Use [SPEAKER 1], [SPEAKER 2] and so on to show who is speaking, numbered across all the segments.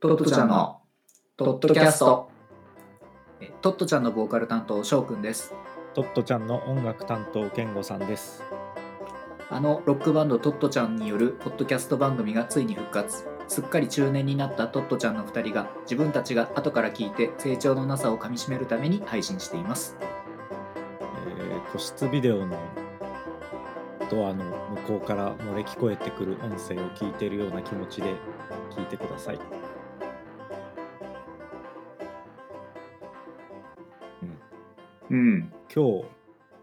[SPEAKER 1] トットちゃんのトットキャストえトットちゃんのボーカル担当翔くんです
[SPEAKER 2] トットちゃんの音楽担当健吾さんです。
[SPEAKER 1] あのロックバンドトットちゃんによるポッドキャスト番組がついに復活すっかり中年になったトットちゃんの2人が自分たちが後から聞いて成長のなさをかみしめるために配信しています
[SPEAKER 2] えー個室ビデオのドアの向こうから漏れ聞こえてくる音声を聞いているような気持ちで聞いてください。
[SPEAKER 1] うん
[SPEAKER 2] 今日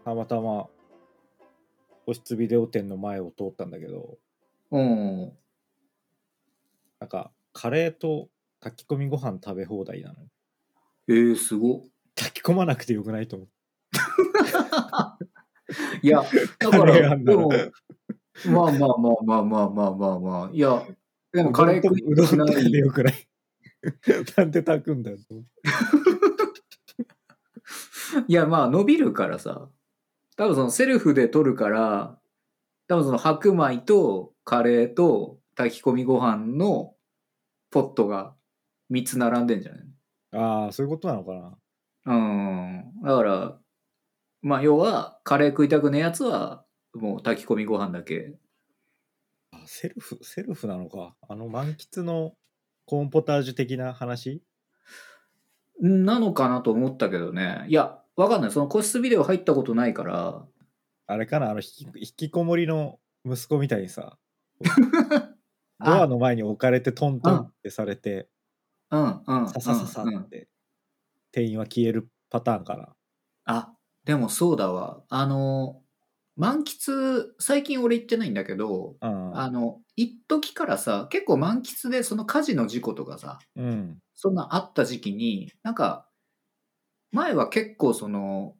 [SPEAKER 2] たまたま個室ビデオ店の前を通ったんだけど、
[SPEAKER 1] おー
[SPEAKER 2] なんかカレーと炊き込みご飯食べ放題なのよ。
[SPEAKER 1] えー、すごっ
[SPEAKER 2] 炊き込まなくてよくないと思って。
[SPEAKER 1] い や、だか
[SPEAKER 2] カレー
[SPEAKER 1] ら、
[SPEAKER 2] あんな
[SPEAKER 1] で
[SPEAKER 2] の
[SPEAKER 1] も、まあまあまあまあまあまあまあまあ、いや、でもカレー食
[SPEAKER 2] う
[SPEAKER 1] い
[SPEAKER 2] どん
[SPEAKER 1] たく
[SPEAKER 2] とうど
[SPEAKER 1] な
[SPEAKER 2] んとかで
[SPEAKER 1] い。
[SPEAKER 2] よくない なんで炊くんだよ。
[SPEAKER 1] いや、まあ伸びるからさ、多分そのセルフで取るから、多分その白米とカレーと炊き込みご飯のポットが3つ並んでんじゃない
[SPEAKER 2] ああ、そういうことなのかな。
[SPEAKER 1] うん。だから、まあ要は、カレー食いたくねえやつは、もう炊き込みご飯だけ。
[SPEAKER 2] あセルフセルフなのかあの満喫のコーンポタージュ的な話
[SPEAKER 1] なのかなと思ったけどね。いや、わかんない。その個室ビデオ入ったことないから、
[SPEAKER 2] あれかなあの引き引きこもりの息子みたい にさ
[SPEAKER 1] あ
[SPEAKER 2] ドアの前に置かれてトントンってされて
[SPEAKER 1] うんうん。
[SPEAKER 2] ささささ
[SPEAKER 1] うんうん
[SPEAKER 2] って店員は消えるパターンかな
[SPEAKER 1] あ、でもそうだわ。あの、満喫、最近俺行ってないんだけど、
[SPEAKER 2] うん
[SPEAKER 1] あの、一時からさ、結構満喫でその火事の事故とかさ、
[SPEAKER 2] うん
[SPEAKER 1] そんなあった時期に、なんか、前は結構その、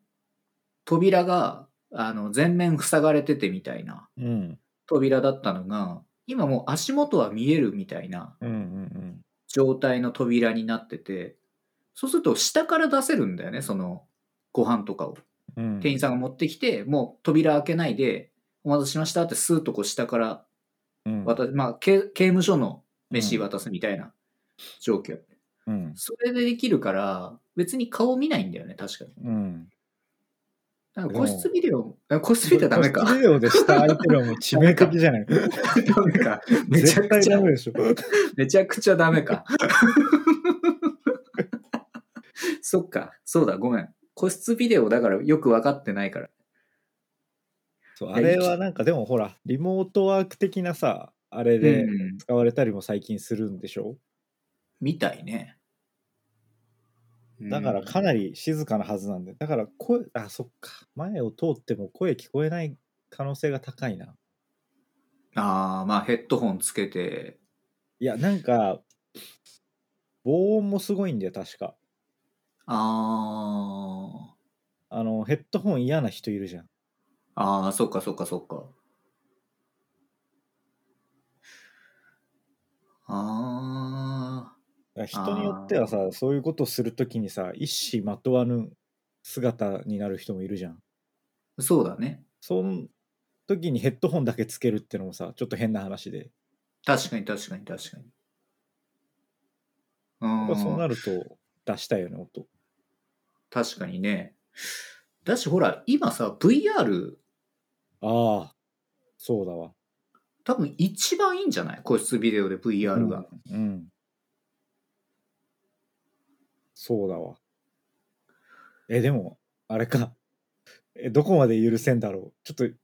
[SPEAKER 1] 扉が、あの、全面塞がれててみたいな
[SPEAKER 2] うん
[SPEAKER 1] 扉だったのが、今もう足元は見えるみたいな
[SPEAKER 2] うんうんうん
[SPEAKER 1] 状態の扉になってて、そうすると下から出せるんだよね、その、ご飯とかを。
[SPEAKER 2] うん
[SPEAKER 1] 店員さんが持ってきて、もう扉開けないで、お待たせしましたってスーッとこう下から
[SPEAKER 2] うん
[SPEAKER 1] 渡、まあ、刑刑務所の飯渡すみたいな状況。
[SPEAKER 2] うん
[SPEAKER 1] それでできるから、別に顔見ないんだよね、確かに。
[SPEAKER 2] うん
[SPEAKER 1] だから個室ビデオ、あ個室ビデオダメ
[SPEAKER 2] 個室
[SPEAKER 1] か。
[SPEAKER 2] ビデオで下空いてるはもう致命的じゃない
[SPEAKER 1] ダメか。 めちゃ
[SPEAKER 2] 絶
[SPEAKER 1] く
[SPEAKER 2] 対
[SPEAKER 1] ちゃ
[SPEAKER 2] ダ、メでしょ
[SPEAKER 1] めちゃくちゃダメか。 そっか、そうだ、ごめん。個室ビデオだからよく分かってないから。
[SPEAKER 2] そう
[SPEAKER 1] や
[SPEAKER 2] あれはなんかでもほらリモートワーク的なさあれ
[SPEAKER 1] う
[SPEAKER 2] で
[SPEAKER 1] ん。
[SPEAKER 2] 使われたりも最近するんでしょ、
[SPEAKER 1] みたいね。
[SPEAKER 2] だからかなり静かなはずなんでだから声あそっか前を通っても声聞こえない可能性が高いな
[SPEAKER 1] ああ、まあヘッドホンつけて。
[SPEAKER 2] いやなんか防音もすごいんだよ確か
[SPEAKER 1] あ
[SPEAKER 2] あのヘッドホン嫌な人いるじゃん
[SPEAKER 1] あ、ああ、そっかそっかそっか。あ
[SPEAKER 2] だから人によってはさそういうことするときにさ一糸まとわぬ姿になる人もいるじゃん
[SPEAKER 1] あ、そうだね。
[SPEAKER 2] その時にヘッドホンだけつけるってのもさちょっと変な話で
[SPEAKER 1] 確かに確かに確かに。う、
[SPEAKER 2] やっぱそうなんると出したいよね音
[SPEAKER 1] 確かにね。だしほら、今さ、VR、
[SPEAKER 2] ああそうだわ
[SPEAKER 1] 多分一番いいんじゃない個室ビデオで VR が。
[SPEAKER 2] うん、うんそうだわえでもあれかえどこまで許せんだろうちょっと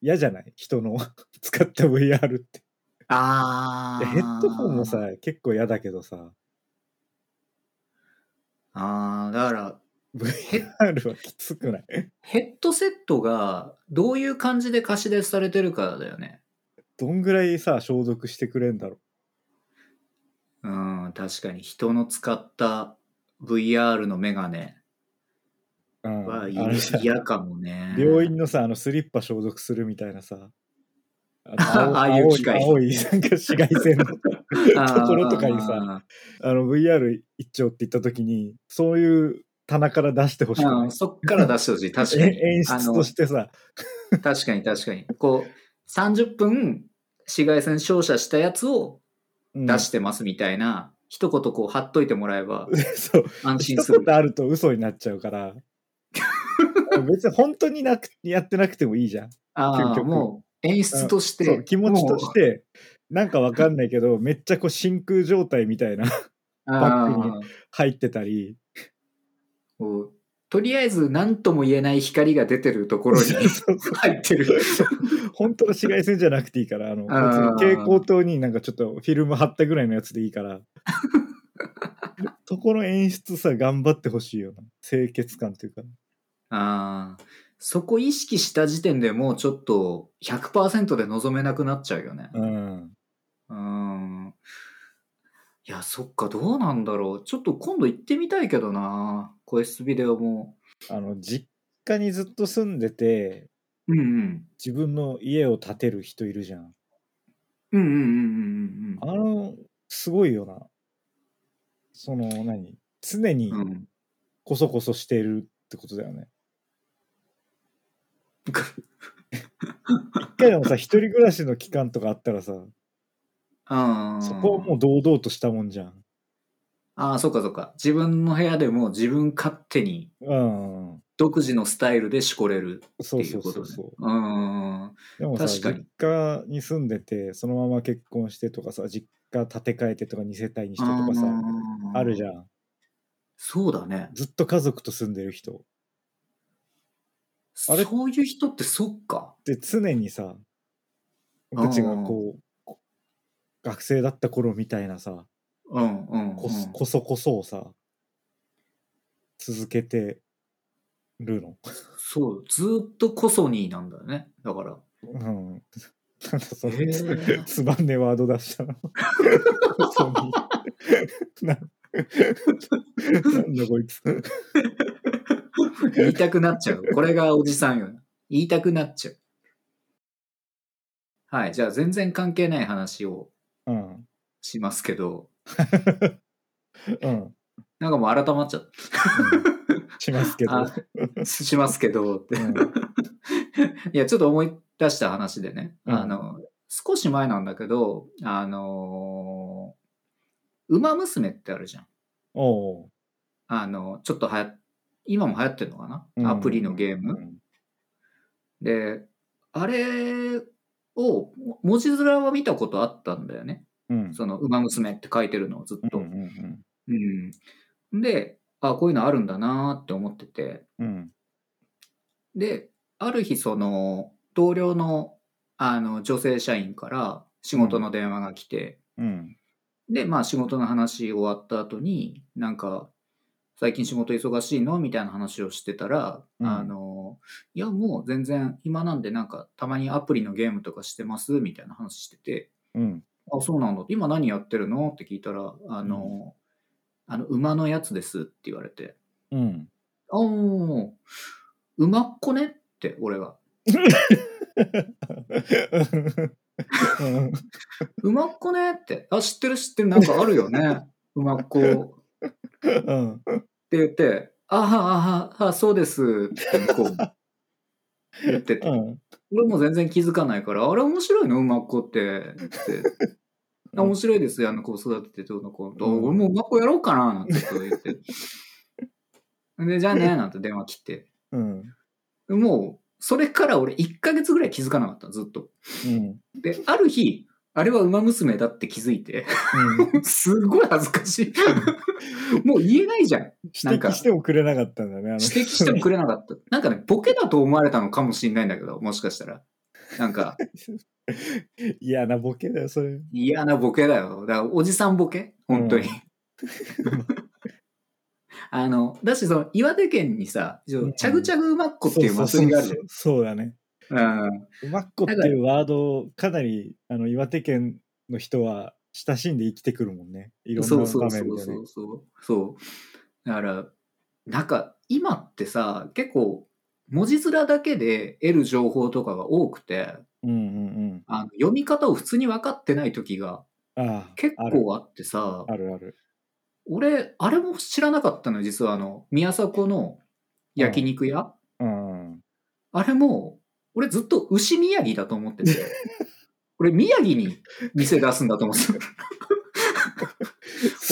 [SPEAKER 2] 嫌じゃない人の 使った VR って
[SPEAKER 1] あ
[SPEAKER 2] い
[SPEAKER 1] あ。
[SPEAKER 2] やヘッドホンもさ結構嫌だけどさ
[SPEAKER 1] ああ、だから、
[SPEAKER 2] VR はきつくない
[SPEAKER 1] ヘッドセットがどういう感じで貸し出しされてるかだよね。
[SPEAKER 2] どんぐらいさ消毒してくれんだろ
[SPEAKER 1] うん、確かに人の使った VR のメガネ
[SPEAKER 2] う、うん、
[SPEAKER 1] は
[SPEAKER 2] あのさ
[SPEAKER 1] 嫌かもね。
[SPEAKER 2] 病院のさあのスリッパ消毒するみたいなさ
[SPEAKER 1] あ
[SPEAKER 2] の
[SPEAKER 1] ああいう
[SPEAKER 2] 青
[SPEAKER 1] 機械
[SPEAKER 2] 青い なんか紫外 線のところとかにさ
[SPEAKER 1] あ
[SPEAKER 2] あの VR 一丁って言った時にそういう棚から出してほし
[SPEAKER 1] ー。
[SPEAKER 2] く
[SPEAKER 1] あ
[SPEAKER 2] な
[SPEAKER 1] ー
[SPEAKER 2] い
[SPEAKER 1] そっから出してほしい。確かに。
[SPEAKER 2] え演出としてさ
[SPEAKER 1] あの確かに確かに。こう、30分紫外線照射したやつを
[SPEAKER 2] 出
[SPEAKER 1] 出してますみたいな一言こう貼っといてもらえば
[SPEAKER 2] そう。
[SPEAKER 1] 安
[SPEAKER 2] 一
[SPEAKER 1] 心する
[SPEAKER 2] 言。あると嘘になっちゃ うから。別に本当になくやってなくてもいいじゃん。
[SPEAKER 1] あ
[SPEAKER 2] 究
[SPEAKER 1] あ、
[SPEAKER 2] 極
[SPEAKER 1] もう演出とし
[SPEAKER 2] そう
[SPEAKER 1] て。
[SPEAKER 2] 気持ちとし
[SPEAKER 1] も
[SPEAKER 2] て、なんかわかんないけど、めっちゃこう真空状態みたいな
[SPEAKER 1] う。
[SPEAKER 2] バッ
[SPEAKER 1] あ
[SPEAKER 2] クに
[SPEAKER 1] あ
[SPEAKER 2] 入ってたり、
[SPEAKER 1] もうとりあえず何とも言えない光が出てるところに
[SPEAKER 2] そうそう
[SPEAKER 1] 入ってる。
[SPEAKER 2] 本当の紫外線じゃなくていいから、あの
[SPEAKER 1] あー
[SPEAKER 2] 蛍光灯になんかちょっとフィルム貼ったぐらいのやつでい いから。そこの演出さ、頑張ってほしいよな。清潔感というか。
[SPEAKER 1] ああ、そこ意識した時点でもうちょっと100%で望めなくなっちゃうよね。
[SPEAKER 2] うん。
[SPEAKER 1] うん。いや、そっか、どうなんだろう。ちょっと今度行ってみたいけどな。個室ビデオも。
[SPEAKER 2] あの、実家にずっと住んでて、
[SPEAKER 1] うんうん。
[SPEAKER 2] 自分の家を建てる人いるじゃん。
[SPEAKER 1] うんうんうんうん
[SPEAKER 2] あの、すごいよな。その、何常に
[SPEAKER 1] うんうん。 うん。
[SPEAKER 2] こそこそしてるってことだよね。一回でもさ、一人暮らしの期間とかあったらさ、
[SPEAKER 1] ああ。
[SPEAKER 2] そこはもう堂々としたもんじゃん。
[SPEAKER 1] ああ、そっかそっか。自分の部屋でも自分勝手に
[SPEAKER 2] うん。
[SPEAKER 1] 独自のスタイルでしこれるって
[SPEAKER 2] そう
[SPEAKER 1] い
[SPEAKER 2] そうう
[SPEAKER 1] こと
[SPEAKER 2] そう
[SPEAKER 1] ね
[SPEAKER 2] そう。。
[SPEAKER 1] うん。
[SPEAKER 2] でもさ、
[SPEAKER 1] 確かに
[SPEAKER 2] 実家に住んでて、そのまま結婚してとかさ、実家建て替えてとか2世帯にしてとかさ、あるじ
[SPEAKER 1] ん。
[SPEAKER 2] ゃん。
[SPEAKER 1] そうだね。
[SPEAKER 2] ずっと家族と住んでる人。あれ
[SPEAKER 1] そういう人ってそっか。
[SPEAKER 2] で、常にさ、僕たちがこう、こ学生だった頃みたいなさ、
[SPEAKER 1] うんうん、うん。
[SPEAKER 2] こそこそこそをさ、続けてるの。
[SPEAKER 1] そう、ずーっとこそになんだよね。だ から。
[SPEAKER 2] うん。なんかその、
[SPEAKER 1] へえ
[SPEAKER 2] つまんねえワード出したの。こそに。ななんだこいつ。
[SPEAKER 1] 言いたくなっちゃう。これがおじさんよ。言いたくなっちゃう。はい。じゃあ、全然関係ない話を
[SPEAKER 2] うん。
[SPEAKER 1] しますけど、
[SPEAKER 2] うん。
[SPEAKER 1] なんかもう改まっちゃっ
[SPEAKER 2] しますけど。
[SPEAKER 1] あた。しますけど、って。
[SPEAKER 2] うん
[SPEAKER 1] いや、ちょっと思い出した話でね、
[SPEAKER 2] うん
[SPEAKER 1] あの、少し前なんだけど、あのー、ウマ娘ってあるじゃん。
[SPEAKER 2] おう
[SPEAKER 1] あの、ちょっとはや、今も流行ってるのかな、
[SPEAKER 2] うん
[SPEAKER 1] アプリのゲー
[SPEAKER 2] う
[SPEAKER 1] ム。
[SPEAKER 2] ん。
[SPEAKER 1] で、あれを、も文字面は見たことあったんだよね。
[SPEAKER 2] うん。
[SPEAKER 1] その、ウマ娘って書いてるのをずっ
[SPEAKER 2] う
[SPEAKER 1] と。
[SPEAKER 2] んうん
[SPEAKER 1] うんで、あ、こういうのあるんだなーって思ってて、
[SPEAKER 2] うん。うん。
[SPEAKER 1] で、ある日、その、同僚の、あの、女性社員から仕事の電話が来て、
[SPEAKER 2] うん。
[SPEAKER 1] で、まあ、仕事の話終わった後に、なんか、最近仕事忙しいのみたいな話をしてたら、
[SPEAKER 2] うん
[SPEAKER 1] あの、いや、もう全然暇なんで、なんか、たまにアプリのゲームとかしてますみたいな話してて、
[SPEAKER 2] うん。
[SPEAKER 1] あ、そうなんだ。今何やってるのって聞いたら、あの、あの、馬のやつですって言われて、
[SPEAKER 2] うん。
[SPEAKER 1] あー、馬っ子ねって、俺が。
[SPEAKER 2] うん
[SPEAKER 1] うまっこねって。あ、知ってる知ってる。なんかあるよね。うまっこ。っ
[SPEAKER 2] うん。
[SPEAKER 1] て言って、あはあはあ、そうです。って向こうも 言ってて。
[SPEAKER 2] うん。
[SPEAKER 1] 俺も全然気づかないから、あれ面白いのうまっこって。 って。あ面白いですよ。あの子育ててどうの子と。
[SPEAKER 2] うん
[SPEAKER 1] 俺もうまっこやろうかな。なんてこと言って。で、じゃあ ね。なんて電話切って。
[SPEAKER 2] うん。
[SPEAKER 1] もう、それから俺1ヶ月ぐらい気づかなかった。ずっと。
[SPEAKER 2] うん。
[SPEAKER 1] で、ある日、あれは馬娘だって気づい て。
[SPEAKER 2] うん
[SPEAKER 1] すごい恥ずかしい。もう言えないじゃん。な
[SPEAKER 2] 指
[SPEAKER 1] んか
[SPEAKER 2] 摘してもくれなかったんだね。あの人
[SPEAKER 1] 指摘し てもくれなかった。なんかね、ボケだと思われたのかもしれないんだけど、もしかしたら。なんか、
[SPEAKER 2] 嫌なボケだよ、それ。
[SPEAKER 1] 嫌なボケだよ。だから、おじさんボケ本当に。
[SPEAKER 2] う
[SPEAKER 1] あの、だし、その、岩手県にさ、ちょ
[SPEAKER 2] うん
[SPEAKER 1] チャグチャグうまっこっていう祭りがあるじ
[SPEAKER 2] そうそうそうそうだね。
[SPEAKER 1] ゃん。うん
[SPEAKER 2] うまっこっていうワード、かなり、あの、岩手県の人は親しんで生きてくるもんね。いろんな
[SPEAKER 1] そうそ
[SPEAKER 2] 場
[SPEAKER 1] うそ
[SPEAKER 2] 面
[SPEAKER 1] う
[SPEAKER 2] で
[SPEAKER 1] そ
[SPEAKER 2] ね
[SPEAKER 1] う。そう。そう。だから、なんか、今ってさ、結構、文字面だけで得る情報とかが多くて、
[SPEAKER 2] うんうん
[SPEAKER 1] あの読み方を普通に分かってない時が
[SPEAKER 2] うん。ああ。
[SPEAKER 1] 結
[SPEAKER 2] ある
[SPEAKER 1] 構あってさ、
[SPEAKER 2] あるある。
[SPEAKER 1] 俺、あれも知らなかったのよ、実はあの、宮迫の焼肉屋、
[SPEAKER 2] うん。
[SPEAKER 1] あれも、俺ずっと牛宮城だと思って て、俺宮城に店出すんだと思ってた。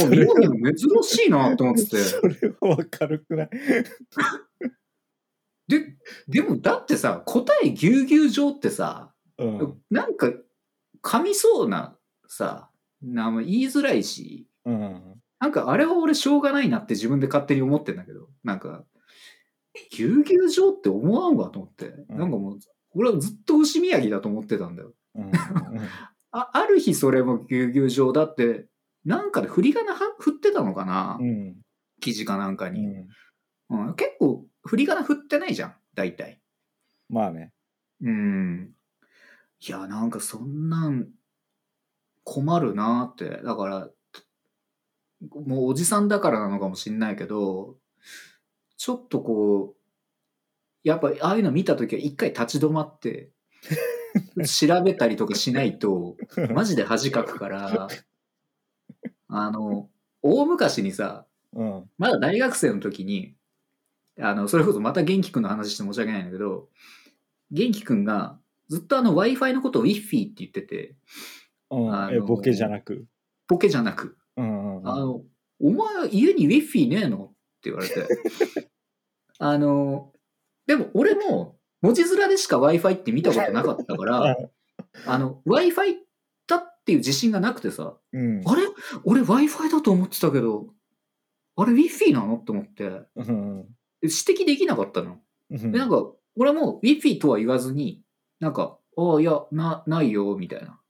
[SPEAKER 1] あ
[SPEAKER 2] れ
[SPEAKER 1] 日本でも珍しいなと思ってて。
[SPEAKER 2] それはわかるくない
[SPEAKER 1] で、でもだってさ、答えぎゅうぎゅう状ってさ、
[SPEAKER 2] うん。
[SPEAKER 1] なんか、噛みそうなさ、な言いづらいし、
[SPEAKER 2] うん。
[SPEAKER 1] なんかあれは俺しょうがないなって自分で勝手に思ってんだけど、なんか、ぎゅうぎゅう状って思わんわと思って、
[SPEAKER 2] うん
[SPEAKER 1] なんかもう、俺はずっと牛宮城だと思ってたんだよ。
[SPEAKER 2] うん。
[SPEAKER 1] あある日それもぎゅうぎゅう状だって、なんかで振り仮名は振ってたのかな、
[SPEAKER 2] うん。
[SPEAKER 1] 記事かなんか
[SPEAKER 2] う
[SPEAKER 1] に、
[SPEAKER 2] ん。
[SPEAKER 1] うん結構振り仮名振ってないじゃん、大体。
[SPEAKER 2] まあね。
[SPEAKER 1] うん。いや、なんかそんなん困るなって。だから、もうおじさんだからなのかもしんないけど、ちょっとこう、やっぱああいうの見たときは一回立ち止まって、調べたりとかしないと、マジで恥かくから、あの、大昔にさ、
[SPEAKER 2] うん。
[SPEAKER 1] まだ大学生の時に、あの、それこそまた元気くんの話して申し訳ないんだけど、元気くんがずっとあの Wi-Fi のことを Wi-Fi って言ってて、
[SPEAKER 2] う
[SPEAKER 1] あの
[SPEAKER 2] ん。え、ボケじゃなく。
[SPEAKER 1] ボケじゃなく、
[SPEAKER 2] うん。うん
[SPEAKER 1] あの、お前は家に Wi-Fi ねえのって言われ て。あの、でも俺も文字面でしか Wi-Fi って見たことなかったから、あの、Wi-Fi だっていう自信がなくてさ、
[SPEAKER 2] うん。
[SPEAKER 1] あれ俺 Wi-Fi だと思ってたけど、あれ Wi-Fi なのって思って、
[SPEAKER 2] うん。
[SPEAKER 1] 指摘できなかったの。
[SPEAKER 2] うん
[SPEAKER 1] で、なんか、俺も Wi-Fi とは言わずに、なんか、ああ、いや、な、ないよ、みたいな。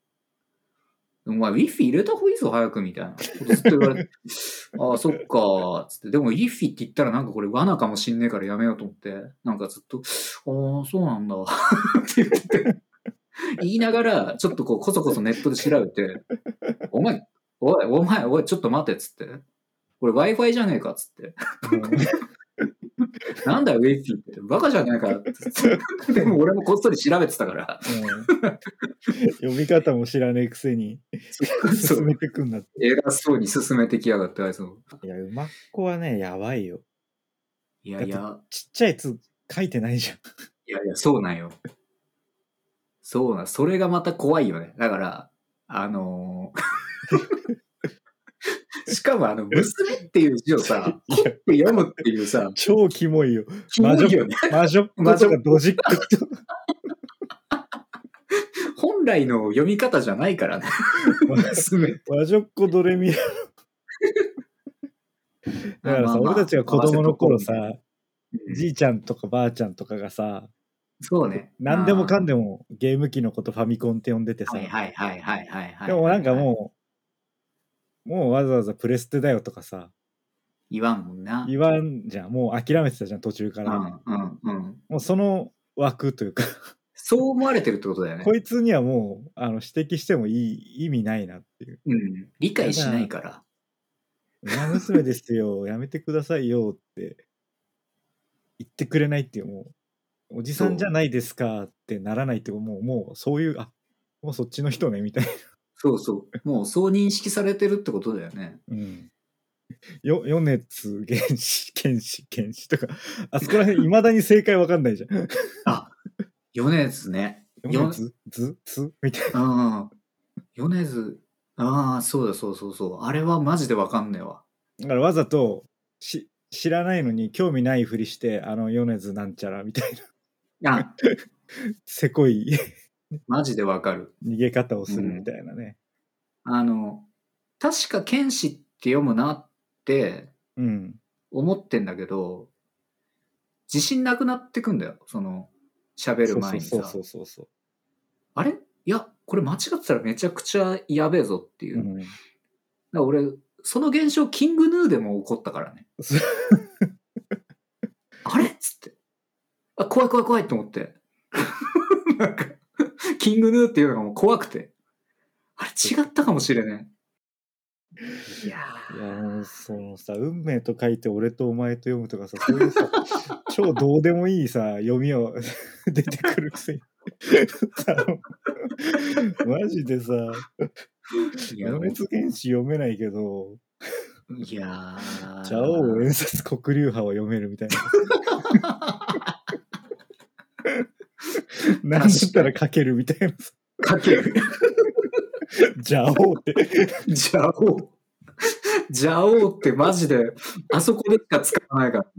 [SPEAKER 1] お前 Wi-Fi 入れた方がいいぞ、早く、みたいなことずっと言われて、 ああ、そっか、つって。でも Wi-Fi って言ったらなんかこれ罠かもしんねえからやめようと思って、なんかずっと、ああ、そうなんだ、って言ってて。言いながら、ちょっとこう、こそこそネットで調べて、お前、おい、お前、おい、ちょっと待て、つって。これ Wi-Fi じゃねえか、つって。なんだよ、ウェイフィーって。バカじゃないからって。 でも俺もこっそり調べてたから。
[SPEAKER 2] 読み方も知らねえくせに
[SPEAKER 1] そ
[SPEAKER 2] 進
[SPEAKER 1] う。
[SPEAKER 2] めてくんなって
[SPEAKER 1] 偉そうに進めてきやがって、あいつも。
[SPEAKER 2] いやうまっこはねやばいよ
[SPEAKER 1] いやいや、
[SPEAKER 2] ちっちゃいやつ書いてないじゃん
[SPEAKER 1] いやいや、そうなんよ。そうなん、それがまた怖いよね。だから、あのー しかもあの、娘っていう字をさ、
[SPEAKER 2] いや
[SPEAKER 1] 読むっていうさ、
[SPEAKER 2] 超キモいよ
[SPEAKER 1] キモいよね。
[SPEAKER 2] 魔女っ子
[SPEAKER 1] 魔女
[SPEAKER 2] と
[SPEAKER 1] っ
[SPEAKER 2] かドジッ クと
[SPEAKER 1] 本来の読み方じゃない からね。娘。
[SPEAKER 2] 魔女っ子ドレミラだ
[SPEAKER 1] まあ
[SPEAKER 2] から
[SPEAKER 1] まあ
[SPEAKER 2] さ
[SPEAKER 1] まあ
[SPEAKER 2] 俺たちが子供の頃さ
[SPEAKER 1] うん
[SPEAKER 2] じいちゃんとかばあちゃんとかがさ
[SPEAKER 1] そうね。
[SPEAKER 2] 何でもかん
[SPEAKER 1] で
[SPEAKER 2] でもゲーム機のことファミコンって呼んでてさ
[SPEAKER 1] はいはいはいはいはいはい。
[SPEAKER 2] でもなんかもうもうわざわざプレステだよとかさ
[SPEAKER 1] 言わんもんな。
[SPEAKER 2] 言わんじゃんもう諦めてたじゃん途中から、
[SPEAKER 1] うんうんうん。
[SPEAKER 2] もうその枠というか、
[SPEAKER 1] そう思われてるってことだよね。
[SPEAKER 2] こいつにはもうあの指摘してもいい意味ないなっていう
[SPEAKER 1] うん。理解しないから。
[SPEAKER 2] 「馬娘ですよやめてくださいよ」って言ってくれないっていうもうおじさんじゃないですかってならないってもうもうそういうあもうそっちの人ねみたい
[SPEAKER 1] そうそう。もうそう認識されてるってことだよね。
[SPEAKER 2] な。うんよ米津玄師剣士剣士とかあそこら辺いまだに正解わかんないじゃん。
[SPEAKER 1] あ、米津ね。よ
[SPEAKER 2] 米津ずつみたいな。
[SPEAKER 1] うん。米津。ああ、そうだそうそうそう。あれはマジでわかんねえわ。
[SPEAKER 2] だからわざとし知らないのに興味ないふりしてあの米津なんちゃらみたいな
[SPEAKER 1] あ、
[SPEAKER 2] せこい
[SPEAKER 1] マジでわかる。
[SPEAKER 2] 逃げ方をするみたいなね。
[SPEAKER 1] あの、確か剣士って読むなって
[SPEAKER 2] うん。
[SPEAKER 1] 思ってんだけど、自信なくなってくんだよ。その、喋る前にさ。
[SPEAKER 2] そうそうそうそう
[SPEAKER 1] あれいや、これ間違ってたらめちゃくちゃやべえぞっていうう。だか
[SPEAKER 2] ん。
[SPEAKER 1] ら俺、その現象、キングヌーでも起こったからね。
[SPEAKER 2] そ
[SPEAKER 1] あれっつって。あ、怖い怖い怖いと思って。 なんか、キングヌーっていうのがもう怖くて。あれ違ったかもしれない。いや
[SPEAKER 2] いやもうそのさ運命と書いて俺とお前と読むとかさそういう さ超どうでもいいさ読みを 出てくるくせに。さマジでさ
[SPEAKER 1] ー。いや
[SPEAKER 2] 米津玄師読めないけど
[SPEAKER 1] いやー
[SPEAKER 2] 茶王演説黒流派は読めるみたい な。なんだったら書けるみたいな。
[SPEAKER 1] かける。
[SPEAKER 2] 邪王って。
[SPEAKER 1] じゃあ、おジャオーってマジで、あそこでしか使わないからな。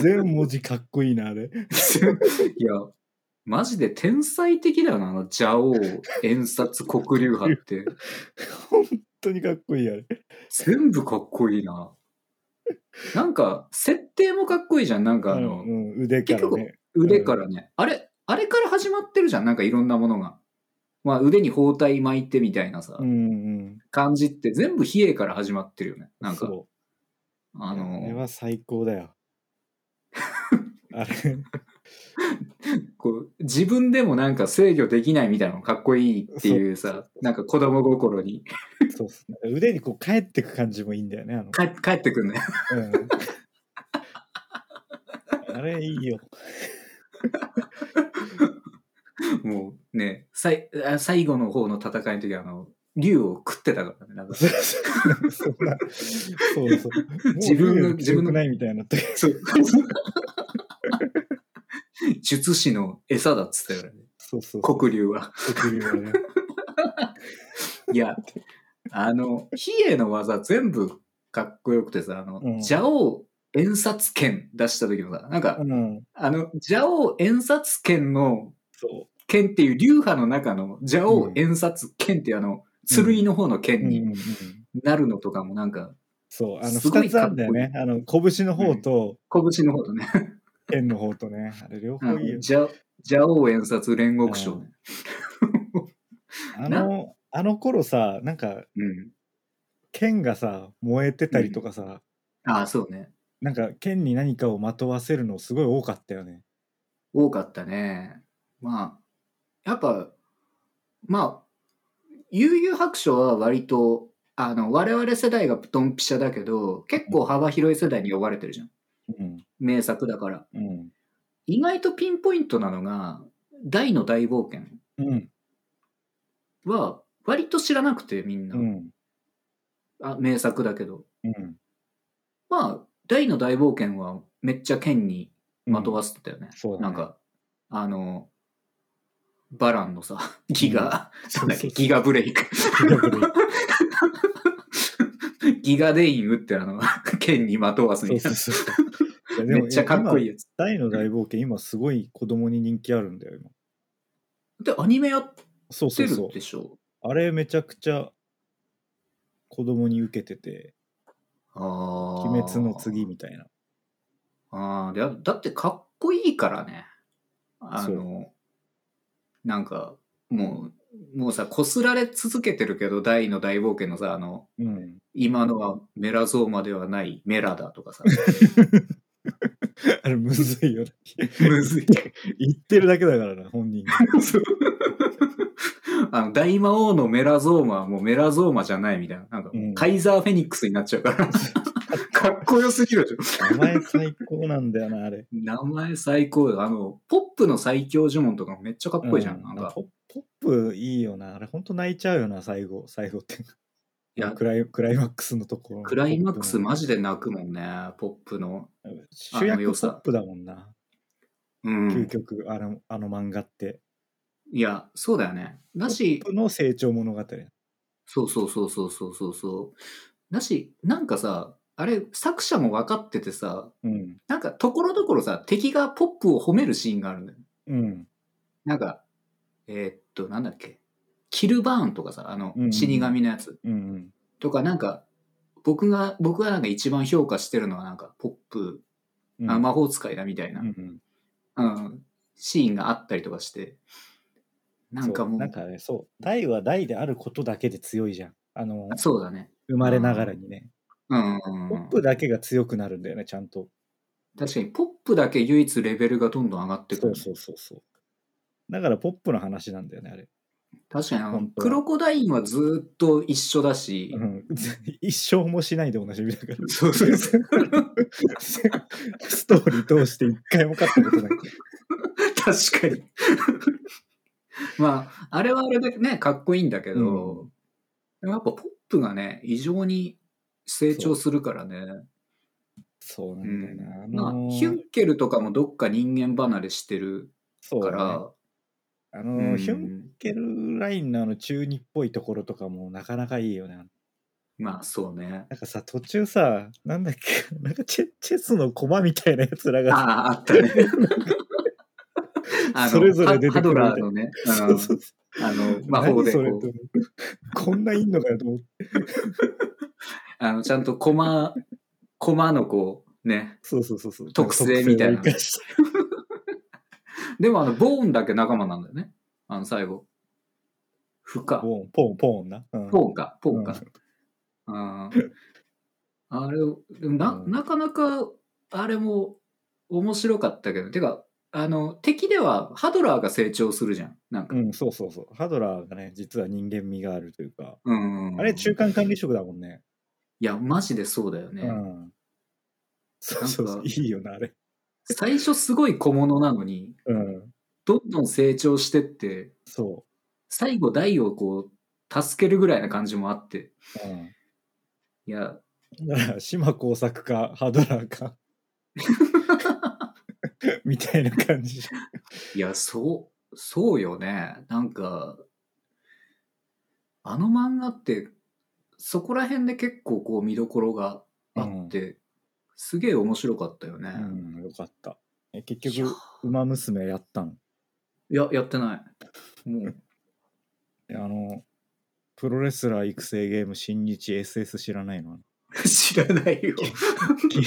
[SPEAKER 2] 全文字かっこいいな、あ
[SPEAKER 1] い
[SPEAKER 2] れ。
[SPEAKER 1] や、マジで天才的だよな、あの、ジャオー、演札、黒竜派って。
[SPEAKER 2] 本当にかっこいい、あれ。
[SPEAKER 1] 全部かっこいいな。なんか、設定もかっこいいじゃん。なんかあの
[SPEAKER 2] う、んうん腕からね。
[SPEAKER 1] 腕からね。あれ、あれから始まってるじゃん。なんかいろんなものが。まあ腕に包帯巻いてみたいなさ、
[SPEAKER 2] うん
[SPEAKER 1] 感じって全部比叡から始まってるよね。
[SPEAKER 2] う。
[SPEAKER 1] なんんか、
[SPEAKER 2] そう
[SPEAKER 1] あ
[SPEAKER 2] あれ
[SPEAKER 1] の、
[SPEAKER 2] は最高だよ。あれ、
[SPEAKER 1] こう、自分でもなんか制御できないみたいなのかっこいいっていうさ、なんか子供心に
[SPEAKER 2] そうっすね。腕にこう帰ってく感じもいいんだよね、あの。
[SPEAKER 1] 帰帰ってくんね。
[SPEAKER 2] うん、あれ、いいよ。
[SPEAKER 1] もうね、さいあ最後の方の戦いの時あの、竜を食ってたからね。なんか
[SPEAKER 2] そんな、そうそう。
[SPEAKER 1] 自分の
[SPEAKER 2] もう自分のないみたいな。
[SPEAKER 1] そう。 術師の餌だっつったよね。
[SPEAKER 2] そうそう。
[SPEAKER 1] 黒竜は。
[SPEAKER 2] 国流はね。
[SPEAKER 1] いや、あの、比叡の技全部かっこよくてさ、あの、
[SPEAKER 2] うん
[SPEAKER 1] 蛇王演札剣出した時のさ、なんか、
[SPEAKER 2] うん。
[SPEAKER 1] あの、蛇王演札剣の
[SPEAKER 2] そ
[SPEAKER 1] 剣っていう流派の中の蛇王演札剣っていうあの、剣の方の
[SPEAKER 2] う。う
[SPEAKER 1] 剣
[SPEAKER 2] んうんう
[SPEAKER 1] に
[SPEAKER 2] ん、
[SPEAKER 1] なるのとかもなんか、
[SPEAKER 2] そう。あの、
[SPEAKER 1] すご
[SPEAKER 2] 二
[SPEAKER 1] い
[SPEAKER 2] つ
[SPEAKER 1] か
[SPEAKER 2] あ
[SPEAKER 1] っ
[SPEAKER 2] ん
[SPEAKER 1] こい
[SPEAKER 2] だ
[SPEAKER 1] い
[SPEAKER 2] よね。あの、拳の方と、
[SPEAKER 1] 拳の方とね、
[SPEAKER 2] 剣の方とね。あれ、両方いいよ。
[SPEAKER 1] 蛇蛇王演札煉獄賞ね。
[SPEAKER 2] あの、あの頃さ、なんか、
[SPEAKER 1] うん。
[SPEAKER 2] 剣がさ、燃えてたりとかさ、
[SPEAKER 1] ああ、そうね。
[SPEAKER 2] なんか、剣に何かをまとわせるのすごい多かったよね。
[SPEAKER 1] 多かったね。まあ、やっぱ、まあ、悠々白書は割と、あの、我々世代がドンピシャだけど、結構幅広い世代に呼ばれてるじゃん。
[SPEAKER 2] うん。
[SPEAKER 1] 名作だから。
[SPEAKER 2] うん。
[SPEAKER 1] 意外とピンポイントなのが、大の大冒険
[SPEAKER 2] うん。
[SPEAKER 1] は、割と知らなくて、みんな。
[SPEAKER 2] うん。
[SPEAKER 1] あ名作だけど。
[SPEAKER 2] うん。
[SPEAKER 1] まあ、大の大冒険はめっちゃ剣にまとわせてたよね。
[SPEAKER 2] そうだね
[SPEAKER 1] なんか、あの、バランのさ、ギガ、
[SPEAKER 2] そう
[SPEAKER 1] なんだっけギガブレイク。 ギガデイン打ってあの、 剣にまとわす
[SPEAKER 2] そう
[SPEAKER 1] みた
[SPEAKER 2] そ
[SPEAKER 1] いうな。
[SPEAKER 2] そうそういやでも
[SPEAKER 1] めっちゃかっこいい
[SPEAKER 2] や
[SPEAKER 1] やつ。
[SPEAKER 2] 今大の大冒険今すごい子供に人気あるんだよ今
[SPEAKER 1] で、アニメやっ
[SPEAKER 2] そうそ
[SPEAKER 1] て
[SPEAKER 2] う
[SPEAKER 1] る
[SPEAKER 2] そう
[SPEAKER 1] でしょ
[SPEAKER 2] あれめちゃくちゃ子供に受けてて「
[SPEAKER 1] ああ。
[SPEAKER 2] 鬼滅の次」。みたいな
[SPEAKER 1] ああ、でだってかっこいいからね。あ
[SPEAKER 2] そ
[SPEAKER 1] の、なんか、もう、もうさ、こすられ続けてるけど、大の大冒険のさ、あの、
[SPEAKER 2] うん
[SPEAKER 1] 今のはメラゾーマではないメラだとか さ、
[SPEAKER 2] あれむずいよね
[SPEAKER 1] むずい。
[SPEAKER 2] 言ってるだけだからな本 人が
[SPEAKER 1] そう あの大魔王のメラゾーマはもうメラゾーマじゃないみたいな。なんか、
[SPEAKER 2] うん
[SPEAKER 1] カイザー・フェニックスになっちゃうから。かっこよすぎるでしょ。
[SPEAKER 2] 名前最高なんだよなあれ
[SPEAKER 1] 名前最高よ。あの、ポップの最強呪文とかめっちゃかっこいいじゃん。
[SPEAKER 2] う
[SPEAKER 1] なん
[SPEAKER 2] あ
[SPEAKER 1] か、
[SPEAKER 2] ポポップいいよなあれほんと泣いちゃうよな最後最後って
[SPEAKER 1] いや
[SPEAKER 2] クライクライマックスのところ
[SPEAKER 1] クライマックス
[SPEAKER 2] ポッ
[SPEAKER 1] マジで泣くもんね。ポップの。
[SPEAKER 2] プの
[SPEAKER 1] あ
[SPEAKER 2] 主
[SPEAKER 1] の
[SPEAKER 2] 役ポ
[SPEAKER 1] 良さ
[SPEAKER 2] ップだもんな
[SPEAKER 1] う
[SPEAKER 2] 究
[SPEAKER 1] ん。
[SPEAKER 2] 極あのあの漫画って
[SPEAKER 1] いや、そうだよね。だ
[SPEAKER 2] ポ
[SPEAKER 1] し
[SPEAKER 2] ッ、プの成長物語
[SPEAKER 1] そうそうそうそうそうそうそう。だし、なんかさ、あれ、作者も分かっててさ、
[SPEAKER 2] うん
[SPEAKER 1] なんか、ところどころさ、敵がポップを褒めるシーンがあるんだよ。
[SPEAKER 2] うん
[SPEAKER 1] なんか、えーっと、なんだっけ。キルバーンとかさ、あの
[SPEAKER 2] うんう、ん
[SPEAKER 1] 死神のやつ。
[SPEAKER 2] うんうん
[SPEAKER 1] とか、なんか、僕が、僕がなんか一番評価してるのは、なんか、ポップ、
[SPEAKER 2] うん
[SPEAKER 1] あ魔法使いだみたいな、
[SPEAKER 2] う
[SPEAKER 1] うんん
[SPEAKER 2] うん
[SPEAKER 1] シーンがあったりとかして、なんか
[SPEAKER 2] そう
[SPEAKER 1] もう、
[SPEAKER 2] なんかねそう大は大であることだけで強いじゃんあの
[SPEAKER 1] そうだね。
[SPEAKER 2] 生まれながらにね
[SPEAKER 1] うんう
[SPEAKER 2] ポ
[SPEAKER 1] んうん
[SPEAKER 2] ップだけが強くなるんだよねちゃんと
[SPEAKER 1] 確かに、ポップだけ唯一レベルがどんどん上がってく
[SPEAKER 2] そ
[SPEAKER 1] る。
[SPEAKER 2] うそうそうそうだからポップの話なんだよねあれ、
[SPEAKER 1] 確かにあの
[SPEAKER 2] 本、当は
[SPEAKER 1] クロコダインはずっと一緒だし、
[SPEAKER 2] うん一生もしないでおなじみだから
[SPEAKER 1] そうそうそう
[SPEAKER 2] ストーリー通して一回も勝ったことない
[SPEAKER 1] 確かに。 まあ、あれはあれでね、かっこいいんだけど、でもやっぱポップがね、異常に成長するからね。
[SPEAKER 2] そうな
[SPEAKER 1] うん
[SPEAKER 2] だよ
[SPEAKER 1] ん
[SPEAKER 2] な、
[SPEAKER 1] ま
[SPEAKER 2] あ
[SPEAKER 1] あ
[SPEAKER 2] のー
[SPEAKER 1] ヒュンケルとかもどっか人間離れしてる
[SPEAKER 2] そう
[SPEAKER 1] か
[SPEAKER 2] だね
[SPEAKER 1] ら、
[SPEAKER 2] あ
[SPEAKER 1] う
[SPEAKER 2] の、
[SPEAKER 1] ん
[SPEAKER 2] ヒュンケルラインのあの中二っぽいところとかもなかなかいいよね。
[SPEAKER 1] まあそう ね。
[SPEAKER 2] なんかさ、途中さ、なんだっけ、なんかチェチェスの駒みたいなやつらが、
[SPEAKER 1] ああ、あったね。あの
[SPEAKER 2] それぞれ出てく
[SPEAKER 1] ハハ
[SPEAKER 2] る
[SPEAKER 1] ドラーのね、あ
[SPEAKER 2] そう
[SPEAKER 1] の
[SPEAKER 2] そうそう
[SPEAKER 1] あの魔法
[SPEAKER 2] 何
[SPEAKER 1] で
[SPEAKER 2] それと
[SPEAKER 1] こ
[SPEAKER 2] 思
[SPEAKER 1] う
[SPEAKER 2] ってこんないんのかよと思って。
[SPEAKER 1] あのちゃんと 駒、駒のこう、ね。
[SPEAKER 2] そうそうそうそう。
[SPEAKER 1] 特性みたいな
[SPEAKER 2] 特性を生かして
[SPEAKER 1] でもあの、ボーンだけ仲間なんだよね。あの、最後。負か。
[SPEAKER 2] ポン、ポン、ポンな。うん
[SPEAKER 1] ポーンか、ポーンか。あーあれ、でもな、
[SPEAKER 2] うん
[SPEAKER 1] なかなか、あれも面白かったけど、てか、あの、敵ではハドラーが成長するじゃん。なんか。
[SPEAKER 2] うん、そうそうそう。ハドラーがね、実は人間味があるというか、
[SPEAKER 1] うん。
[SPEAKER 2] あれ中間管理職だもんね。
[SPEAKER 1] いや、マジでそうだよね。
[SPEAKER 2] うん。そうそう
[SPEAKER 1] な、
[SPEAKER 2] そうん
[SPEAKER 1] か
[SPEAKER 2] いいよな、あれ。
[SPEAKER 1] 最初すごい小物なのに、
[SPEAKER 2] うん。
[SPEAKER 1] どんどん成長してって、
[SPEAKER 2] そ
[SPEAKER 1] 最後台をこう、助けるぐらいな感じもあって。
[SPEAKER 2] う。うん。
[SPEAKER 1] いや、
[SPEAKER 2] だから島工作かハドラー かみたいな感じ
[SPEAKER 1] いや、そう、そうよね。なんか、あの漫画って、そこら辺で結構こう見どころがあって、すげえ面白かったよね。
[SPEAKER 2] うんよかったえ結
[SPEAKER 1] いや
[SPEAKER 2] 局「ウマ娘」やったん
[SPEAKER 1] いや、やってない。も う、
[SPEAKER 2] えあのプロレスラー育成ゲーム新日 SS 知ら ないの
[SPEAKER 1] 知らないよ。
[SPEAKER 2] き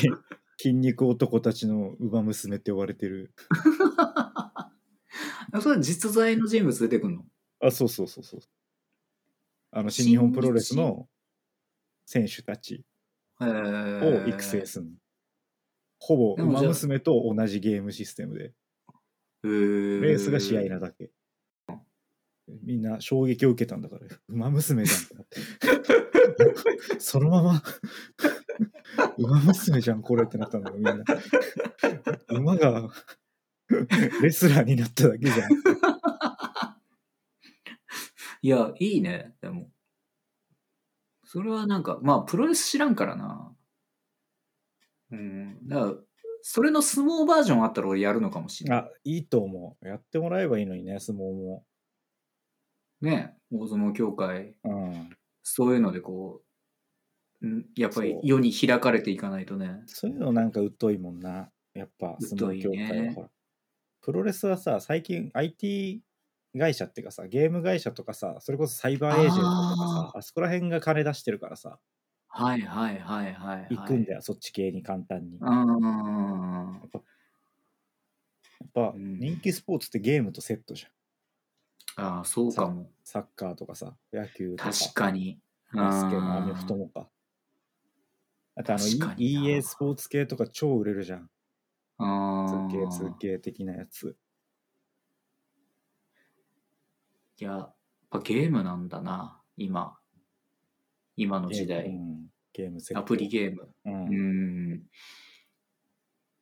[SPEAKER 2] 筋肉男たちのウマ娘って呼ばれてる
[SPEAKER 1] あ それは実在の人物出てくんの
[SPEAKER 2] あそうそうそうそうあの新日本プロレスの選手たち
[SPEAKER 1] え
[SPEAKER 2] を
[SPEAKER 1] ー
[SPEAKER 2] 育成するの、ほぼ
[SPEAKER 1] で
[SPEAKER 2] ウ
[SPEAKER 1] もじゃ
[SPEAKER 2] マ
[SPEAKER 1] あ
[SPEAKER 2] 娘と同じゲームシステムで
[SPEAKER 1] えー
[SPEAKER 2] レースが試合なだけ。みんな衝撃を受けたんだから、馬娘じゃんってな って。そのまま、馬娘じゃん、これってなったんだよ、みんな。馬が、レスラーになっただけじゃん。
[SPEAKER 1] いや、いいね、でも。それはなんか、まあ、プロレス知らんからな。うん。だから、それの相撲バージョンあったら俺やるのかもしれない。
[SPEAKER 2] あ、いいと思う。やってもらえばいいのにね、相撲も。
[SPEAKER 1] ね大相撲協会、
[SPEAKER 2] うん。
[SPEAKER 1] そういうのでこう、うんやっぱり
[SPEAKER 2] そう
[SPEAKER 1] 世に開かれていかないとね。
[SPEAKER 2] そういうのなんか疎いもんな。やっぱ、相
[SPEAKER 1] 疎
[SPEAKER 2] 撲
[SPEAKER 1] い
[SPEAKER 2] 協
[SPEAKER 1] ね
[SPEAKER 2] 会はほら。プロレスはさ、最近 IT 会社っていうかさ、ゲーム会社とかさ、それこそサイバーエージェントとかさ、あそこら辺が金出してるからさ、
[SPEAKER 1] はいはいはいはい、はい。
[SPEAKER 2] 行くんだよ、そっち系に簡単に。や
[SPEAKER 1] あ
[SPEAKER 2] っぱ、
[SPEAKER 1] うん
[SPEAKER 2] 人気スポーツってゲームとセットじゃん。
[SPEAKER 1] あー、そうかも。
[SPEAKER 2] サッカーとかさ、野球とか、
[SPEAKER 1] 確かに。
[SPEAKER 2] バスケも
[SPEAKER 1] あ
[SPEAKER 2] ア
[SPEAKER 1] ー
[SPEAKER 2] メフトもか。あとあの
[SPEAKER 1] 確か
[SPEAKER 2] E-
[SPEAKER 1] にな
[SPEAKER 2] EA スポーツ系とか超売れるじゃん。
[SPEAKER 1] あー
[SPEAKER 2] 2K2K 的なやつ。
[SPEAKER 1] いや、やっぱゲームなんだな、今。今の時
[SPEAKER 2] ゲーム
[SPEAKER 1] 代。
[SPEAKER 2] うんゲームセット。
[SPEAKER 1] アプリゲーム。
[SPEAKER 2] うん
[SPEAKER 1] う。ん。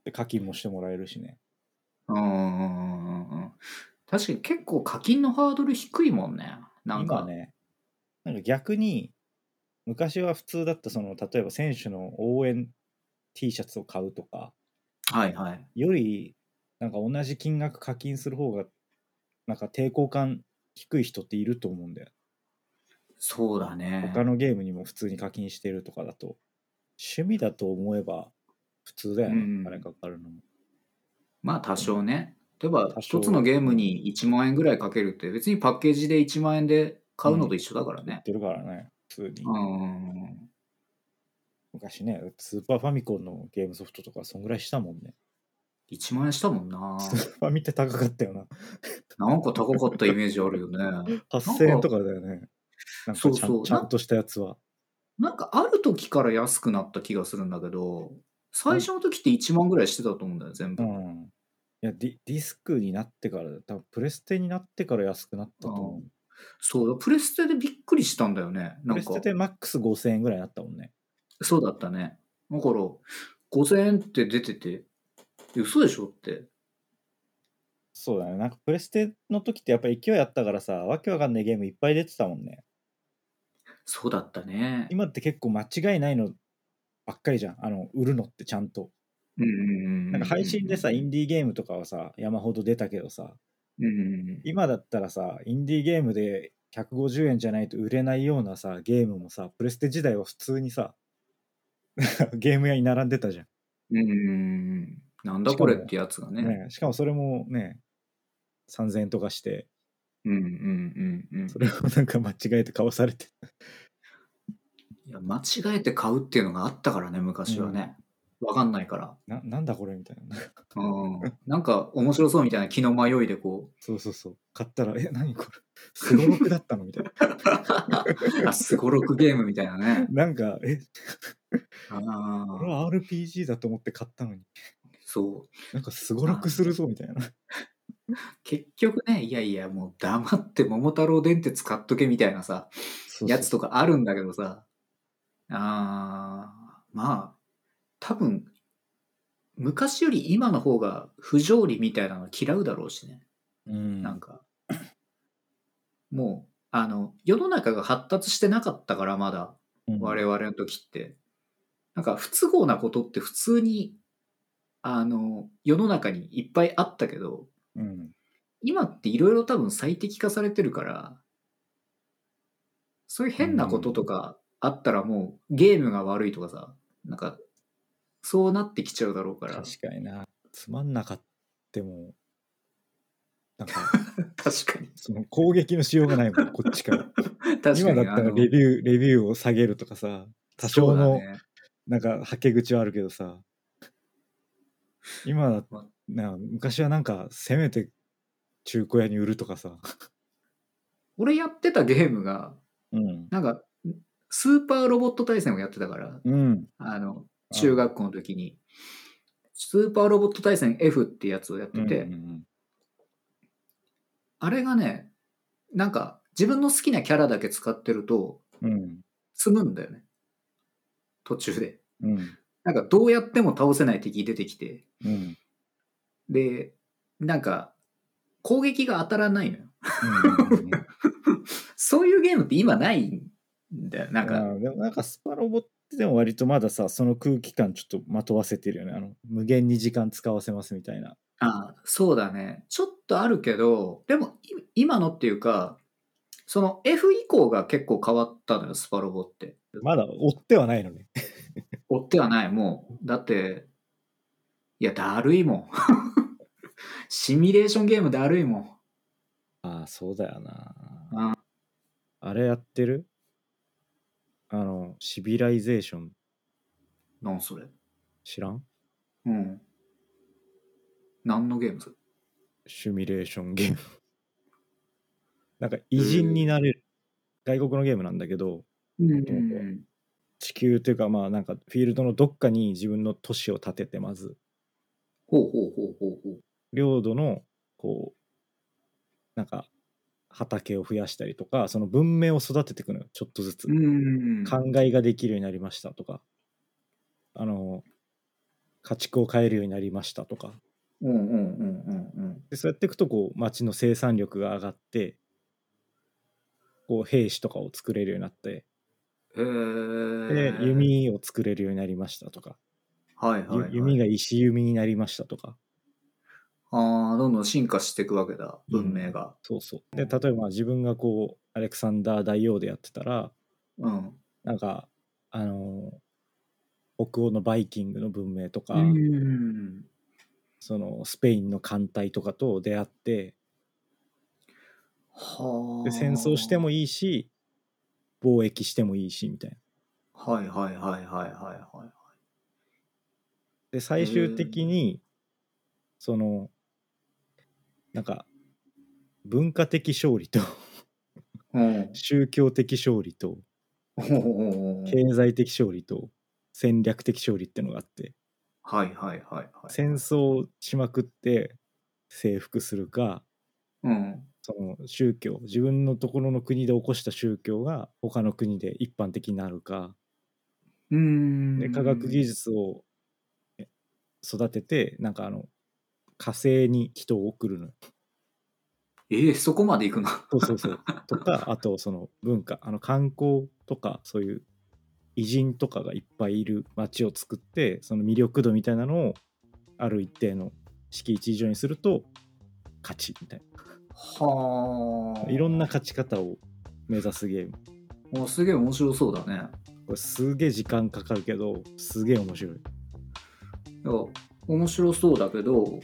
[SPEAKER 2] で課金もしてもらえるしね。
[SPEAKER 1] うんうんうんうんうん。確かに結構課金のハードル低いもんね。なん
[SPEAKER 2] 今
[SPEAKER 1] か。
[SPEAKER 2] ね、なんか逆に、昔は普通だったその、例えば選手の応援 T シャツを買うとか、
[SPEAKER 1] はいはい。
[SPEAKER 2] より、なんか同じ金額課金する方が、なんか抵抗感低い人っていると思うんだよ。
[SPEAKER 1] そうだね。
[SPEAKER 2] 他のゲームにも普通に課金してるとかだと、趣味だと思えば普通だよね、
[SPEAKER 1] うん
[SPEAKER 2] あれかかるのも。
[SPEAKER 1] まあ多少ね。例えば
[SPEAKER 2] 多少
[SPEAKER 1] 一つのゲームに1万円ぐらいかけるって別にパッケージで1万円で買うのと一緒だから
[SPEAKER 2] 言っ
[SPEAKER 1] ね。
[SPEAKER 2] てるからね、普通に。
[SPEAKER 1] うんうんうん。
[SPEAKER 2] 昔ね、スーパーファミコンのゲームソフトとか、そんぐらいしたもんね。
[SPEAKER 1] 1万円したもんな。
[SPEAKER 2] スーパーファミって高かったよな。
[SPEAKER 1] なんか高かったイメージあるよね。
[SPEAKER 2] 8000円とかだよね。なんか
[SPEAKER 1] そ
[SPEAKER 2] ちゃん
[SPEAKER 1] うそう
[SPEAKER 2] ちゃんとしたやつは。
[SPEAKER 1] なんかある時から安くなった気がするんだけど、最初の時って1万ぐらいしてたと思うんだよ、全
[SPEAKER 2] う
[SPEAKER 1] 部。
[SPEAKER 2] ん。いやディ、ディスクになってから、多分プレステになってから安くなったと思う。
[SPEAKER 1] そう、プレステでびっくりしたんだよね。
[SPEAKER 2] プ
[SPEAKER 1] な
[SPEAKER 2] レ
[SPEAKER 1] ん
[SPEAKER 2] ス
[SPEAKER 1] か
[SPEAKER 2] テ、でマックス5000円ぐらいになったもんね。
[SPEAKER 1] そうだったね。だから、5000円って出てて、え嘘でしょって。
[SPEAKER 2] そうだね。なんかプレステの時ってやっぱ勢いあったからさ、わけわかんないゲームいっぱい出てたもんね。
[SPEAKER 1] そうだったね。
[SPEAKER 2] 今って結構間違いないのばっかりじゃん。あの、売るのってちゃんと。
[SPEAKER 1] うんうんうんうん。
[SPEAKER 2] なんか配信でさ、インディーゲームとかはさ、山ほど出たけどさ、
[SPEAKER 1] うん。
[SPEAKER 2] 今だったらさインディーゲームで150円じゃないと売れないようなさゲームもさプレステ時代は普通にさ ゲーム屋に並んでたじゃん、
[SPEAKER 1] うん。なんだこれってやつがね。
[SPEAKER 2] ねしかもそれもね3000円とかして
[SPEAKER 1] うんうんうんうん。
[SPEAKER 2] それをなんか間違えて買わされて
[SPEAKER 1] いや間違えて買うっていうのがあったからね、昔はね。わかんないから。
[SPEAKER 2] ななんだこれみたいな
[SPEAKER 1] うん。なんか面白そうみたいな気の迷いでこ
[SPEAKER 2] そうそうそう買ったらえ何これすごろくだったのみたいな
[SPEAKER 1] う、 あ、すごろくゲームみたいなね。
[SPEAKER 2] なんかえ
[SPEAKER 1] ああ
[SPEAKER 2] これは RPG だと思って買ったのに
[SPEAKER 1] そう。
[SPEAKER 2] なんかすごろくするぞみたいな
[SPEAKER 1] 結局ね、いやいや、もう黙って桃太郎電鉄買っとけみたいなさ、やつとかあるんだけどさ、あー、まあ、多分、昔より今の方が不条理みたいなの嫌うだろうしね。
[SPEAKER 2] うん
[SPEAKER 1] なんか、もう、あの、世の中が発達してなかったから、まだ、
[SPEAKER 2] うん
[SPEAKER 1] 我々の時って。なんか、不都合なことって普通に、あの、世の中にいっぱいあったけど、
[SPEAKER 2] うん
[SPEAKER 1] 今っていろいろ多分最適化されてるから、そういう変なこととかあったらもうゲームが悪いとかさ、なんか、そうなってきちゃうだろうから。
[SPEAKER 2] 確かになつまんなかってもなんか
[SPEAKER 1] 確かに。
[SPEAKER 2] その攻撃のしようがな いもんこっちから
[SPEAKER 1] 確かに。
[SPEAKER 2] 今だった
[SPEAKER 1] あ
[SPEAKER 2] ら
[SPEAKER 1] の
[SPEAKER 2] レビューレビューを下げるとかさ多少
[SPEAKER 1] そうだ
[SPEAKER 2] の
[SPEAKER 1] ね
[SPEAKER 2] なんかはけ口はあるけどさ今だ
[SPEAKER 1] ま
[SPEAKER 2] な昔はなんかせめて中古屋に売るとかさ、
[SPEAKER 1] 俺やってたゲームが、
[SPEAKER 2] うん、
[SPEAKER 1] なんか、スーパーロボット対戦をやってたから、
[SPEAKER 2] うん
[SPEAKER 1] あの、中学校の時に、スーパーロボット対戦 F ってやつをやってて、
[SPEAKER 2] うんうん
[SPEAKER 1] あれがね、なんか、自分の好きなキャラだけ使ってると、
[SPEAKER 2] うん
[SPEAKER 1] 積むんだよね。途中で。
[SPEAKER 2] うん
[SPEAKER 1] なんか、どうやっても倒せない敵出てきて、
[SPEAKER 2] うんうん
[SPEAKER 1] で、なんか、攻撃が当たらないのよ。
[SPEAKER 2] うんうん
[SPEAKER 1] そういうゲームって今ないんだよ。なん
[SPEAKER 2] あ
[SPEAKER 1] か、
[SPEAKER 2] ーでもなんかスパロボってでも割とまださその空気感ちょっとまとわせてるよねあの無限に時間使わせますみたいな
[SPEAKER 1] あそうだね。ちょっとあるけど、でも、い今のっていうか、その F 以降が結構変わったのよ、スパロボって。
[SPEAKER 2] まだ追ってはないのね
[SPEAKER 1] 追ってはない、もう。だって、いや、だるいもん。 シミュレーションゲームだるいもん。
[SPEAKER 2] ああそうだよな
[SPEAKER 1] あ
[SPEAKER 2] あれやってるあのシビライゼーション
[SPEAKER 1] なんそれ。
[SPEAKER 2] 知らん
[SPEAKER 1] うん。何のゲームそれ
[SPEAKER 2] シュミレーションゲーム なんか偉人になれる外国のゲームなんだけど
[SPEAKER 1] うん。
[SPEAKER 2] 地球というかまあなんかフィールドのどっかに自分の都市を建ててまず
[SPEAKER 1] ほうほうほうほうほう。
[SPEAKER 2] 領土のこうなんか畑を増やしたりとかその文明を育てていくのよちょっとずつ、
[SPEAKER 1] うん。
[SPEAKER 2] 考えができるようになりましたとかあの家畜を変えるようになりましたとか
[SPEAKER 1] うんうんうんうん
[SPEAKER 2] でそうやっていくとこう町の生産力が上がってこう兵士とかを作れるようになって
[SPEAKER 1] うん。へ
[SPEAKER 2] で
[SPEAKER 1] え。。
[SPEAKER 2] 弓を作れるようになりましたとか、
[SPEAKER 1] はいはい、
[SPEAKER 2] ゆ
[SPEAKER 1] はい。
[SPEAKER 2] 弓が石弓になりましたとか
[SPEAKER 1] ああ、どんどん進化していくわけだ、文明が。
[SPEAKER 2] そうそうで例えば自分がこうアレクサンダー大王でやってたら
[SPEAKER 1] うん。
[SPEAKER 2] なんか、あのー北欧のバイキングの文明とか、
[SPEAKER 1] うん。
[SPEAKER 2] そのスペインの艦隊とかと出会って
[SPEAKER 1] はあ。
[SPEAKER 2] で戦争して。もいいし貿易してもいいしみたいな
[SPEAKER 1] はいはいはいはいはいはい。
[SPEAKER 2] で最終的にそのなんか文化的勝利と
[SPEAKER 1] うん。
[SPEAKER 2] 宗教的勝利と
[SPEAKER 1] ほうほうほうほう
[SPEAKER 2] 経済的勝利と戦略的勝利ってのがあって
[SPEAKER 1] はいはいはいはい。
[SPEAKER 2] 戦争しまくって征服するか
[SPEAKER 1] うん。
[SPEAKER 2] その宗教自分のところの国で起こした宗教が他の国で一般的になるか
[SPEAKER 1] うーん。
[SPEAKER 2] で科学技術をえ育ててなんかあの火星に人を送るのよ
[SPEAKER 1] ええそこまで行くな。
[SPEAKER 2] そうそ うそうとかあとその文化あの観光とかそういう偉人とかがいっぱいいる街を作ってその魅力度みたいなのをある一定の敷地以上にすると勝ちみたい
[SPEAKER 1] は
[SPEAKER 2] な
[SPEAKER 1] あ。
[SPEAKER 2] いろんな勝ち方を目指すゲーム
[SPEAKER 1] もうすげえ面白そうだね。
[SPEAKER 2] これすげえ時間かかるけどすげえ面白い
[SPEAKER 1] いや、面白そうだけど、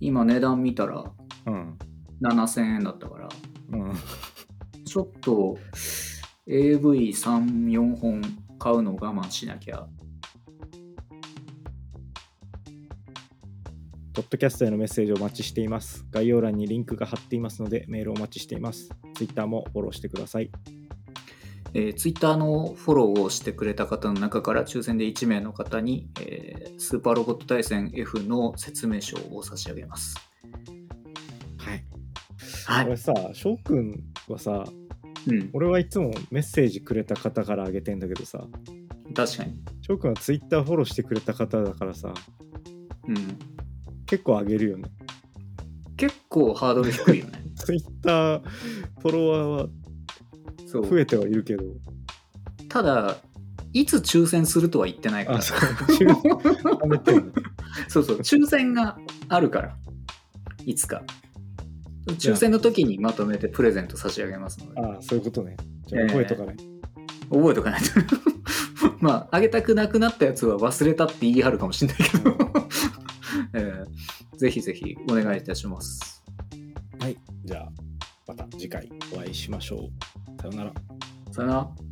[SPEAKER 1] 今値段見たら
[SPEAKER 2] うん
[SPEAKER 1] 7000円だったから、
[SPEAKER 2] うん
[SPEAKER 1] ちょっと AV3、4本買うのを我慢しなきゃ。
[SPEAKER 2] ポッドキャストへのメッセージをお待ちしています。概要欄にリンクが貼っていますので、メールをお待ちしています。Twitter もフォローしてください。
[SPEAKER 1] えー、Twitter のフォローをしてくれた方の中から抽選で1名の方に、えースーパーロボット対戦 F の説明書を差し上げます。
[SPEAKER 2] はい。
[SPEAKER 1] は
[SPEAKER 2] こ
[SPEAKER 1] い。
[SPEAKER 2] れさ、翔くんはさ、
[SPEAKER 1] うん。
[SPEAKER 2] 俺はいつもメッセージくれた方からあげてんだけどさ、
[SPEAKER 1] 確かに。
[SPEAKER 2] 翔くんは Twitter フォローしてくれた方だからさ、
[SPEAKER 1] うん。
[SPEAKER 2] 結構あげるよね。
[SPEAKER 1] 結構ハードル低いよね。
[SPEAKER 2] Twitter フォロワーは
[SPEAKER 1] そう。
[SPEAKER 2] 増えてはいるけど、
[SPEAKER 1] ただ、いつ抽選するとは言ってないから。
[SPEAKER 2] あ、
[SPEAKER 1] そ
[SPEAKER 2] そうう、 抽選やめてよね
[SPEAKER 1] そう抽選があるから。いつか。抽選の時にまとめてプレゼント差し上げますので。
[SPEAKER 2] ああ、そういうことね。じゃあ覚えとかね。
[SPEAKER 1] 覚えとかないと。 まあ、あげたくなくなったやつは忘れたって言い張るかもしれないけど、 えーぜひぜひお願いいたします。
[SPEAKER 2] はい。じゃあ、また次回お会いしましょう。さよなら。
[SPEAKER 1] さよなら。